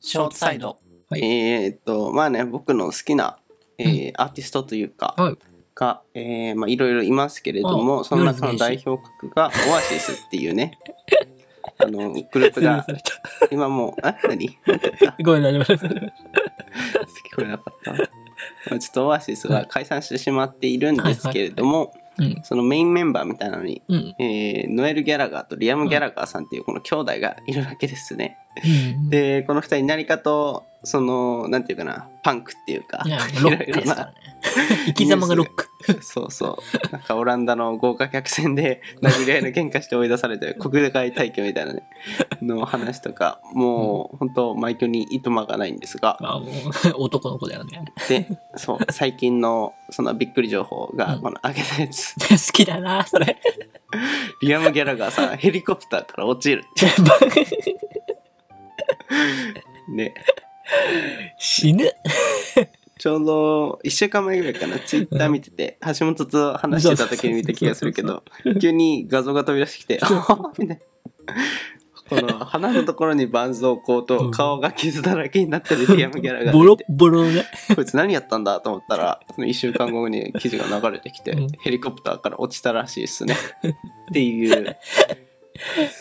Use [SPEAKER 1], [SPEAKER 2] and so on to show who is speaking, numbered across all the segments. [SPEAKER 1] ショートサイド。
[SPEAKER 2] はい
[SPEAKER 1] えーっと、まあね、僕の好きな、えーアーティストというか、
[SPEAKER 2] はい
[SPEAKER 1] が、えーまあ、いろいろいますけれども、
[SPEAKER 2] あ
[SPEAKER 1] その中の代表格が、オアシスっていうね、 あの、グループ
[SPEAKER 2] すいま
[SPEAKER 1] が
[SPEAKER 2] せ、ん
[SPEAKER 1] 今もう、あ、何
[SPEAKER 2] ごめんなさい。
[SPEAKER 1] 聞こえなかった。まあちょっとオアシスは解散してしまっているんですけれども、
[SPEAKER 2] うん。
[SPEAKER 1] そのメインメンバーみたいなのに、
[SPEAKER 2] うん。うん
[SPEAKER 1] えーノエル・ギャラガーとリアム・ギャラガーさんっていうこの兄弟がいるわけですね。でこの二人何かとそのなんていうかなパンクっていうか
[SPEAKER 2] いや
[SPEAKER 1] い
[SPEAKER 2] ロ
[SPEAKER 1] ろ
[SPEAKER 2] ッ
[SPEAKER 1] い
[SPEAKER 2] ク
[SPEAKER 1] ろ
[SPEAKER 2] ですから
[SPEAKER 1] な
[SPEAKER 2] ね。生き様がロック。
[SPEAKER 1] そうそうなんかオランダの豪華客船 で殴り合いの喧嘩して追い出されて国外退去みたいな ねの話とかもう本当毎挙にいとまがないんですが
[SPEAKER 2] あもう男の子だよね。
[SPEAKER 1] でそう最近のそのびっくり情報が
[SPEAKER 2] うん
[SPEAKER 1] この上げたやつ
[SPEAKER 2] 好きだな、それ。
[SPEAKER 1] リアム・ギャラガーさんヘリコプターから落ちるね
[SPEAKER 2] 死ぬ。
[SPEAKER 1] ちょうど1週間前ぐらいかな、ツイッター見てて、橋本と話してた時に見た気がするけど、急に画像が飛び出してきて、あみたいな。この鼻のところにバンズをこう
[SPEAKER 2] う
[SPEAKER 1] と
[SPEAKER 2] ん
[SPEAKER 1] 顔が傷だらけになってるディアムギャラが
[SPEAKER 2] ボロ
[SPEAKER 1] い
[SPEAKER 2] ッボロね。
[SPEAKER 1] てこいつ何やったんだと思ったらその1週間後に記事が流れてきて、
[SPEAKER 2] うん
[SPEAKER 1] ヘリコプターから落ちたらしいっすねっていう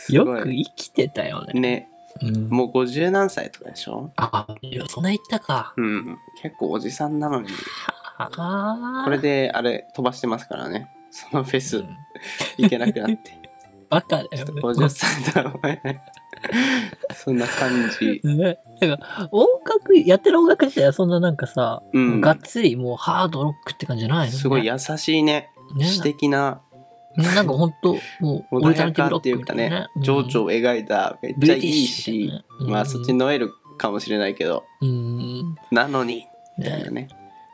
[SPEAKER 2] よ
[SPEAKER 1] ごい
[SPEAKER 2] く生きてたよね。
[SPEAKER 1] ね
[SPEAKER 2] うん
[SPEAKER 1] もう50何歳とかでしょ
[SPEAKER 2] あ、いやそんな言ったか。
[SPEAKER 1] うん結構おじさんなのに
[SPEAKER 2] あ あ。
[SPEAKER 1] これであれ飛ばしてますからねそのフェス
[SPEAKER 2] うん
[SPEAKER 1] 行けなくな って
[SPEAKER 2] バカだよね。
[SPEAKER 1] 50歳とは思えない。そんな感 じ。
[SPEAKER 2] ねなんか音楽やってる音楽自体はそんななんかさ、
[SPEAKER 1] うん。
[SPEAKER 2] がっつりもうハードロックって感じじゃないの、ね、
[SPEAKER 1] すごい優しいね。
[SPEAKER 2] ね
[SPEAKER 1] 詩的な、
[SPEAKER 2] なんかほんともうオ
[SPEAKER 1] 穏
[SPEAKER 2] リジナ
[SPEAKER 1] や
[SPEAKER 2] ルティ
[SPEAKER 1] か
[SPEAKER 2] ブロ
[SPEAKER 1] っ
[SPEAKER 2] ッ
[SPEAKER 1] てい
[SPEAKER 2] ク
[SPEAKER 1] う
[SPEAKER 2] み
[SPEAKER 1] か
[SPEAKER 2] たいな
[SPEAKER 1] ね
[SPEAKER 2] ね、、うん
[SPEAKER 1] 情緒を描いた、めっ
[SPEAKER 2] ブ
[SPEAKER 1] ちゃ
[SPEAKER 2] リ
[SPEAKER 1] い
[SPEAKER 2] ティッ
[SPEAKER 1] い
[SPEAKER 2] シュだ
[SPEAKER 1] し
[SPEAKER 2] よ、ねうん
[SPEAKER 1] まあそっちノエルかもしれないけど、
[SPEAKER 2] うん
[SPEAKER 1] なのに、みたい
[SPEAKER 2] ね
[SPEAKER 1] なね、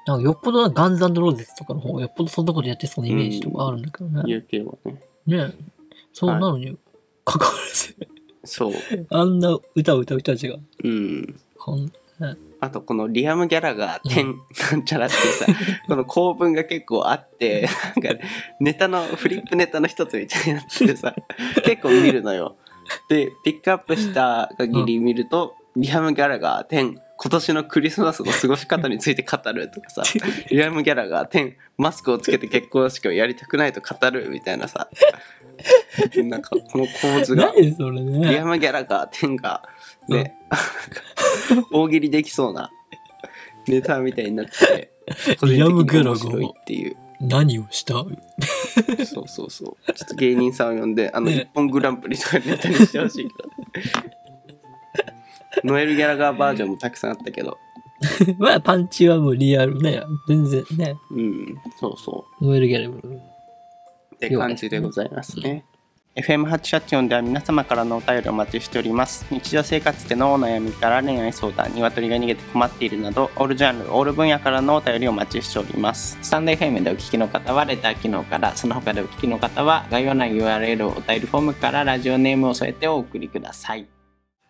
[SPEAKER 2] なんかよっぽどガンズローゼスとかの方がよっぽどそんなことやってそうなイメージとかあるんだけどね。
[SPEAKER 1] 勇気もね。
[SPEAKER 2] ねそうなのに、かかわらず、
[SPEAKER 1] そう。
[SPEAKER 2] あんな歌を歌う人たちが、
[SPEAKER 1] うん。
[SPEAKER 2] こん
[SPEAKER 1] あとこのリアム・ギャラが
[SPEAKER 2] うん
[SPEAKER 1] 点なんちゃらって いうさ、この構文が結構あって、なんかネタの、フリップネタの一つみたいになってて さ、結構見るのよ。で、ピックアップした限り見ると、リアム・ギャラが点、今年のクリスマスの過ごし方について語るとかさ、リアム・ギャラが点、マスクをつけて結婚式をやりたくないと語るみたいなさ、なんかこの構図が、
[SPEAKER 2] 何それね。
[SPEAKER 1] リアム・ギャラガー10が、ね、 大喜利できそうなネタみたいになってて、個人
[SPEAKER 2] リアム
[SPEAKER 1] 的
[SPEAKER 2] ギャ
[SPEAKER 1] に
[SPEAKER 2] ラガー
[SPEAKER 1] 面白いっていう。
[SPEAKER 2] 何をした
[SPEAKER 1] そうそうそう。ちょっと芸人さんを呼んで、あの、
[SPEAKER 2] ね
[SPEAKER 1] 一本グランプリとかネタにしてほ しいけど。ノエル・ギャラガーバージョンもたくさんあったけど、
[SPEAKER 2] まあ、パンチはもうリアルね。全然ね。
[SPEAKER 1] うん、そうそ
[SPEAKER 2] ノエル・ギャレブル。
[SPEAKER 1] う。って感じでございますね。FM884 では皆様からのお便りをお待ちしております。日常生活でのお悩みから恋愛相談、鶏が逃げて困っているなど、オールジャンル、オール分野からのお便りをお待ちしております。スタンド FM でお聞きの方はレター機能から、その他でお聞きの方は概要欄 URL お便りフォームからラジオネームを添えてお送りください。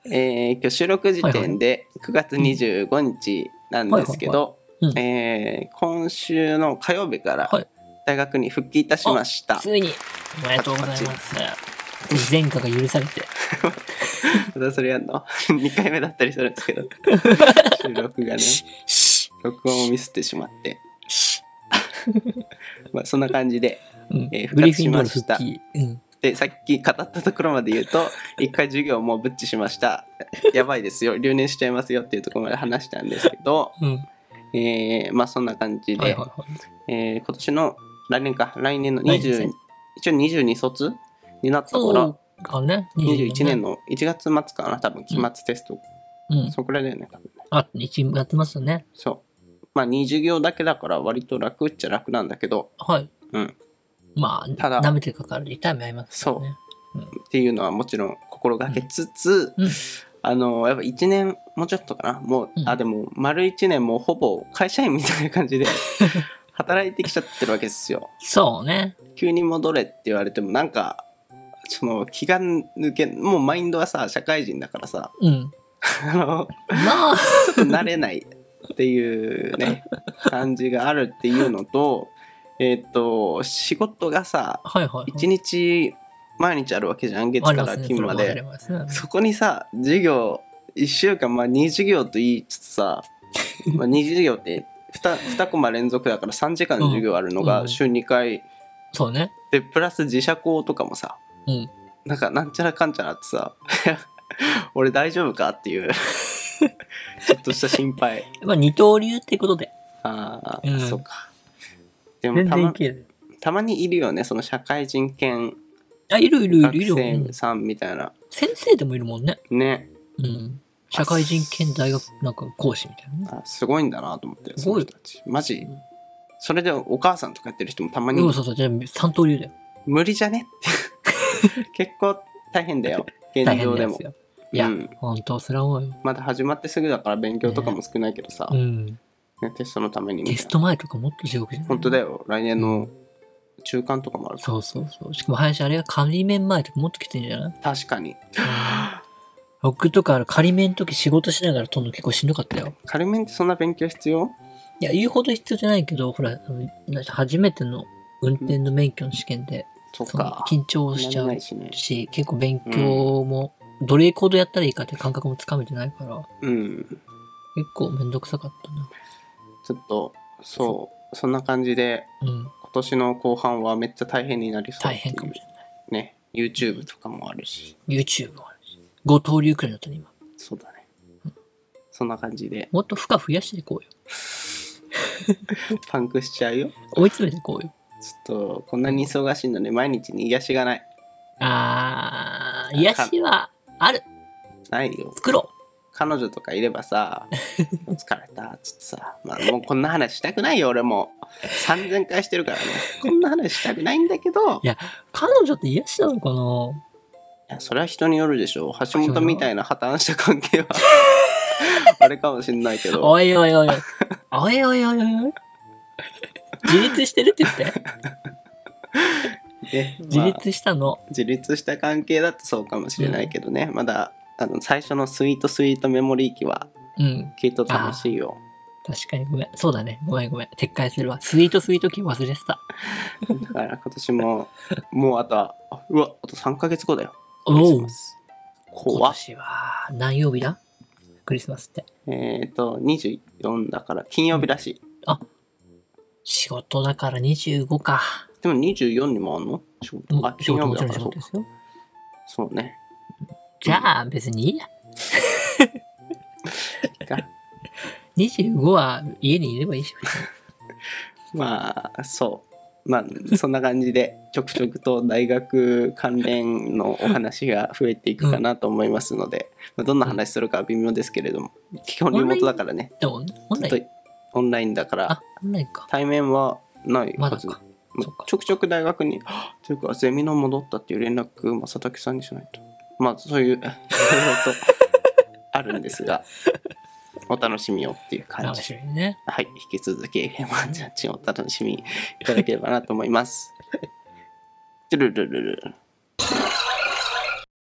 [SPEAKER 1] えー、今日収録時点で9月25日なんですけど、
[SPEAKER 2] はいはいは
[SPEAKER 1] えー今週の火曜日から
[SPEAKER 2] はい
[SPEAKER 1] 大学に復帰いたしました。
[SPEAKER 2] ついに、おめでとうございます。前科が許されて。
[SPEAKER 1] またそれやんの 2回目だったりするんですけ ど収録がね
[SPEAKER 2] しし
[SPEAKER 1] 録音をミスってしまっ てまあそんな感じで
[SPEAKER 2] うん
[SPEAKER 1] えー復活
[SPEAKER 2] グリフィンドール
[SPEAKER 1] し
[SPEAKER 2] 復
[SPEAKER 1] ました
[SPEAKER 2] 帰。うん。
[SPEAKER 1] でさっき語ったところまで言うと1回授業もうブッチしましたやばいですよ留年しちゃいますよっていうところまで話したんですけど、
[SPEAKER 2] うん。
[SPEAKER 1] えーまあそんな感じで、
[SPEAKER 2] はいはいはい。
[SPEAKER 1] えー今年の来年か来年の
[SPEAKER 2] 来年です
[SPEAKER 1] 20
[SPEAKER 2] ね
[SPEAKER 1] 一応22卒になったか
[SPEAKER 2] そ
[SPEAKER 1] ら
[SPEAKER 2] うかね。
[SPEAKER 1] 21年
[SPEAKER 2] の。
[SPEAKER 1] の1月末かな多分期末テスト、
[SPEAKER 2] うん。
[SPEAKER 1] そこらいだよね多分
[SPEAKER 2] あ、一やってますよね。
[SPEAKER 1] そう。まあ、20行だけだから割と楽っちゃ楽なんだけど、
[SPEAKER 2] はい。
[SPEAKER 1] うん。
[SPEAKER 2] まあ、
[SPEAKER 1] ただ
[SPEAKER 2] 舐めてかかる痛みありますからね。
[SPEAKER 1] っていうのはもちろん心がけつつ、
[SPEAKER 2] うんうん
[SPEAKER 1] あの、やっぱ1年、もうちょっとかな、もう、
[SPEAKER 2] うん
[SPEAKER 1] あ、でも、丸1年もうほぼ会社員みたいな感 じで、働いてきちゃってるわけですよ。
[SPEAKER 2] そうね。
[SPEAKER 1] 急に戻れって言われても、なんか、その気が抜けもうマインドはさ社会人だからさ
[SPEAKER 2] うん。
[SPEAKER 1] あの
[SPEAKER 2] まあ、
[SPEAKER 1] ちょっと慣れないっていう ね感じがあるっていうのとえっ、と仕事がさ
[SPEAKER 2] はいはい。
[SPEAKER 1] 一日毎日あるわけじゃん月か
[SPEAKER 2] ありま
[SPEAKER 1] ら
[SPEAKER 2] すね
[SPEAKER 1] 金ま
[SPEAKER 2] それはあり
[SPEAKER 1] で
[SPEAKER 2] ますね
[SPEAKER 1] そこにさ授業1週間まあ2授業と言いつつ さ、まあ、2授業って 2, 2コマ連続だから3時間の授業あるの
[SPEAKER 2] う
[SPEAKER 1] が
[SPEAKER 2] ん
[SPEAKER 1] 週2回
[SPEAKER 2] そうね。
[SPEAKER 1] でプラス自社校とかもさ
[SPEAKER 2] うん。
[SPEAKER 1] なんかなんちゃらかんちゃらってさ 俺大丈夫かって いうちょっとした心配
[SPEAKER 2] まあ、二刀流ってことで。
[SPEAKER 1] ああ、
[SPEAKER 2] うん
[SPEAKER 1] そうかでも
[SPEAKER 2] 全
[SPEAKER 1] た
[SPEAKER 2] 然い
[SPEAKER 1] ま
[SPEAKER 2] ける。
[SPEAKER 1] たまにいるよねその社会人権
[SPEAKER 2] あ、いるいるいる
[SPEAKER 1] 学
[SPEAKER 2] いる。うん
[SPEAKER 1] 生さんみたいな
[SPEAKER 2] 先生でもいるもんね。
[SPEAKER 1] ね
[SPEAKER 2] うん。社会人兼大学、なんか講師みたいなね。
[SPEAKER 1] あすごいんだなと思って
[SPEAKER 2] すごい
[SPEAKER 1] その人たちマジ
[SPEAKER 2] うん
[SPEAKER 1] それでお母さんとかやってる人もたま
[SPEAKER 2] そ
[SPEAKER 1] に
[SPEAKER 2] うそうそう、じゃあ三刀流だよ。
[SPEAKER 1] 無理じゃねって 結構大変だよ
[SPEAKER 2] 大
[SPEAKER 1] 現
[SPEAKER 2] 変
[SPEAKER 1] 状
[SPEAKER 2] な
[SPEAKER 1] で
[SPEAKER 2] や
[SPEAKER 1] も
[SPEAKER 2] つよ。いや、
[SPEAKER 1] うん
[SPEAKER 2] 本当それは思うよ。
[SPEAKER 1] まだ始まってすぐだから勉強とかも少ないけどさ、
[SPEAKER 2] うん。
[SPEAKER 1] ね、テストのためにみたい
[SPEAKER 2] テ
[SPEAKER 1] な
[SPEAKER 2] スト前とかもっと地獄じゃない
[SPEAKER 1] 本当だよ来年の中間とかもあるから
[SPEAKER 2] そうそうそう。しかも林あれが仮面前とかもっときてんじ ゃない
[SPEAKER 1] 確かに
[SPEAKER 2] 僕とかあの仮面の時仕事しながら撮るの結構しんどかったよ。
[SPEAKER 1] 仮面ってそんな勉強必要
[SPEAKER 2] いや、言うほど必要じゃないけど、ほら、あのなんか初めての運転の免許の試験で、
[SPEAKER 1] そっ
[SPEAKER 2] その
[SPEAKER 1] か
[SPEAKER 2] 緊張しちゃ
[SPEAKER 1] 慣れな
[SPEAKER 2] う
[SPEAKER 1] いしね
[SPEAKER 2] し、結構勉強も、どれほどやったらいいかっていう感覚もつかめてないから、
[SPEAKER 1] うん
[SPEAKER 2] 結構めんどくさかったな。
[SPEAKER 1] ちょっとそうそんな感じで
[SPEAKER 2] うん、
[SPEAKER 1] 今年の後半はめっちゃ大変になりそう
[SPEAKER 2] 大変かもしれな
[SPEAKER 1] ね YouTube とかもあるし
[SPEAKER 2] い。YouTube もあるし。五刀流くらいだったね、今。
[SPEAKER 1] そうだねそんな感じで
[SPEAKER 2] もっと負荷増やしていこうよ。
[SPEAKER 1] パンクしちゃうよち
[SPEAKER 2] 追い詰めていこうよ。
[SPEAKER 1] ょっとこんなに忙しいので毎日に癒しがない
[SPEAKER 2] あー、癒しはある。
[SPEAKER 1] ないよ
[SPEAKER 2] 作ろ
[SPEAKER 1] 彼女とかいればさ疲れたっつってさ、まあ、もうこんな話したくないよ俺も3000回してるからねこんな話したくないんだけど
[SPEAKER 2] いやう。彼女って癒しなのかない
[SPEAKER 1] やそれは人によるでしょ橋本みたいな破綻した関 係はあれかもしんないけど
[SPEAKER 2] おいおいおいおい。 おいおいおいおいおい。自立してるって言って。
[SPEAKER 1] ねまあ
[SPEAKER 2] 自立したの。
[SPEAKER 1] 自立した関係だとそうかもしれないけどね、まだあの最初のスイートスイートメモリー機は
[SPEAKER 2] うん。
[SPEAKER 1] きっと楽しいよ
[SPEAKER 2] 確かにごめん。そうだね。ごめんごめん。撤回するわ。スイートスイート期忘れてた。
[SPEAKER 1] だから今年 ももうあとはあうわあと3ヶ月後だよクリス
[SPEAKER 2] お
[SPEAKER 1] マ
[SPEAKER 2] う。
[SPEAKER 1] ス
[SPEAKER 2] 今
[SPEAKER 1] 怖っ
[SPEAKER 2] 年は何曜日だクリスマスって。
[SPEAKER 1] えっ、と24だから金曜日らしい、
[SPEAKER 2] 仕事だから25か。
[SPEAKER 1] でも24にもあんの仕事あ
[SPEAKER 2] 仕
[SPEAKER 1] 金
[SPEAKER 2] 事
[SPEAKER 1] 曜
[SPEAKER 2] も
[SPEAKER 1] 日だ
[SPEAKER 2] ちろん
[SPEAKER 1] か
[SPEAKER 2] 仕
[SPEAKER 1] らそう
[SPEAKER 2] 事で
[SPEAKER 1] か
[SPEAKER 2] すよ。
[SPEAKER 1] そうね
[SPEAKER 2] じゃあ別にいいや。
[SPEAKER 1] いいか
[SPEAKER 2] 25は家にいればいいし。
[SPEAKER 1] まあそうまあそんな感じでちょくちょくと大学関連のお話が増えていくかなと思いますので、まあ、どんな話するかは微妙ですけれども基本リモートだからね
[SPEAKER 2] でもオン
[SPEAKER 1] ず
[SPEAKER 2] ラ
[SPEAKER 1] っと
[SPEAKER 2] イン。
[SPEAKER 1] オンラインだから
[SPEAKER 2] あ、オンラインか。
[SPEAKER 1] 対面はない
[SPEAKER 2] ま
[SPEAKER 1] は
[SPEAKER 2] だ
[SPEAKER 1] ず、
[SPEAKER 2] か。
[SPEAKER 1] まあ
[SPEAKER 2] そっか
[SPEAKER 1] ちょくちょく大学に あというかゼミの戻ったっていう連絡正竹さんにしないとまあそう いういろいろとあるんですが お楽しみをっていう感
[SPEAKER 2] 楽
[SPEAKER 1] じ
[SPEAKER 2] しみね。
[SPEAKER 1] はい引き続き FM ジャッジをお楽しみいただければなと思います。トゥルルルルル